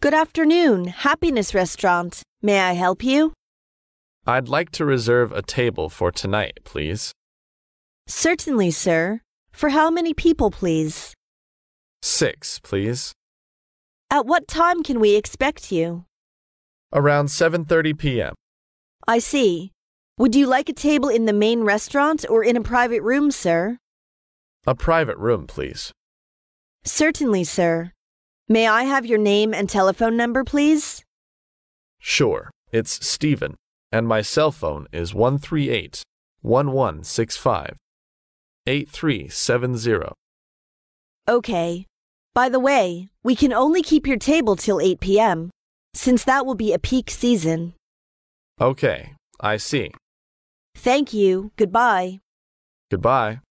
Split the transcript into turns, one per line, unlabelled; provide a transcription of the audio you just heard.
Good afternoon, Happiness Restaurant. May I help you?
I'd like to reserve a table for tonight, please.
Certainly, sir. For how many people, please?
Six, please.
At what time can we expect you?
Around 7:30 p.m.
I see. Would you like a table in the main restaurant or in a private room, sir?
A private room, please.
Certainly, sir. May I have your name and telephone number, please?
Sure. It's Stephen, and my cell phone is 138 1165 8370.
Okay. By the way, we can only keep your table till 8 p.m., since that will be a peak season.
Okay, I see.
Thank you. Goodbye.
Goodbye.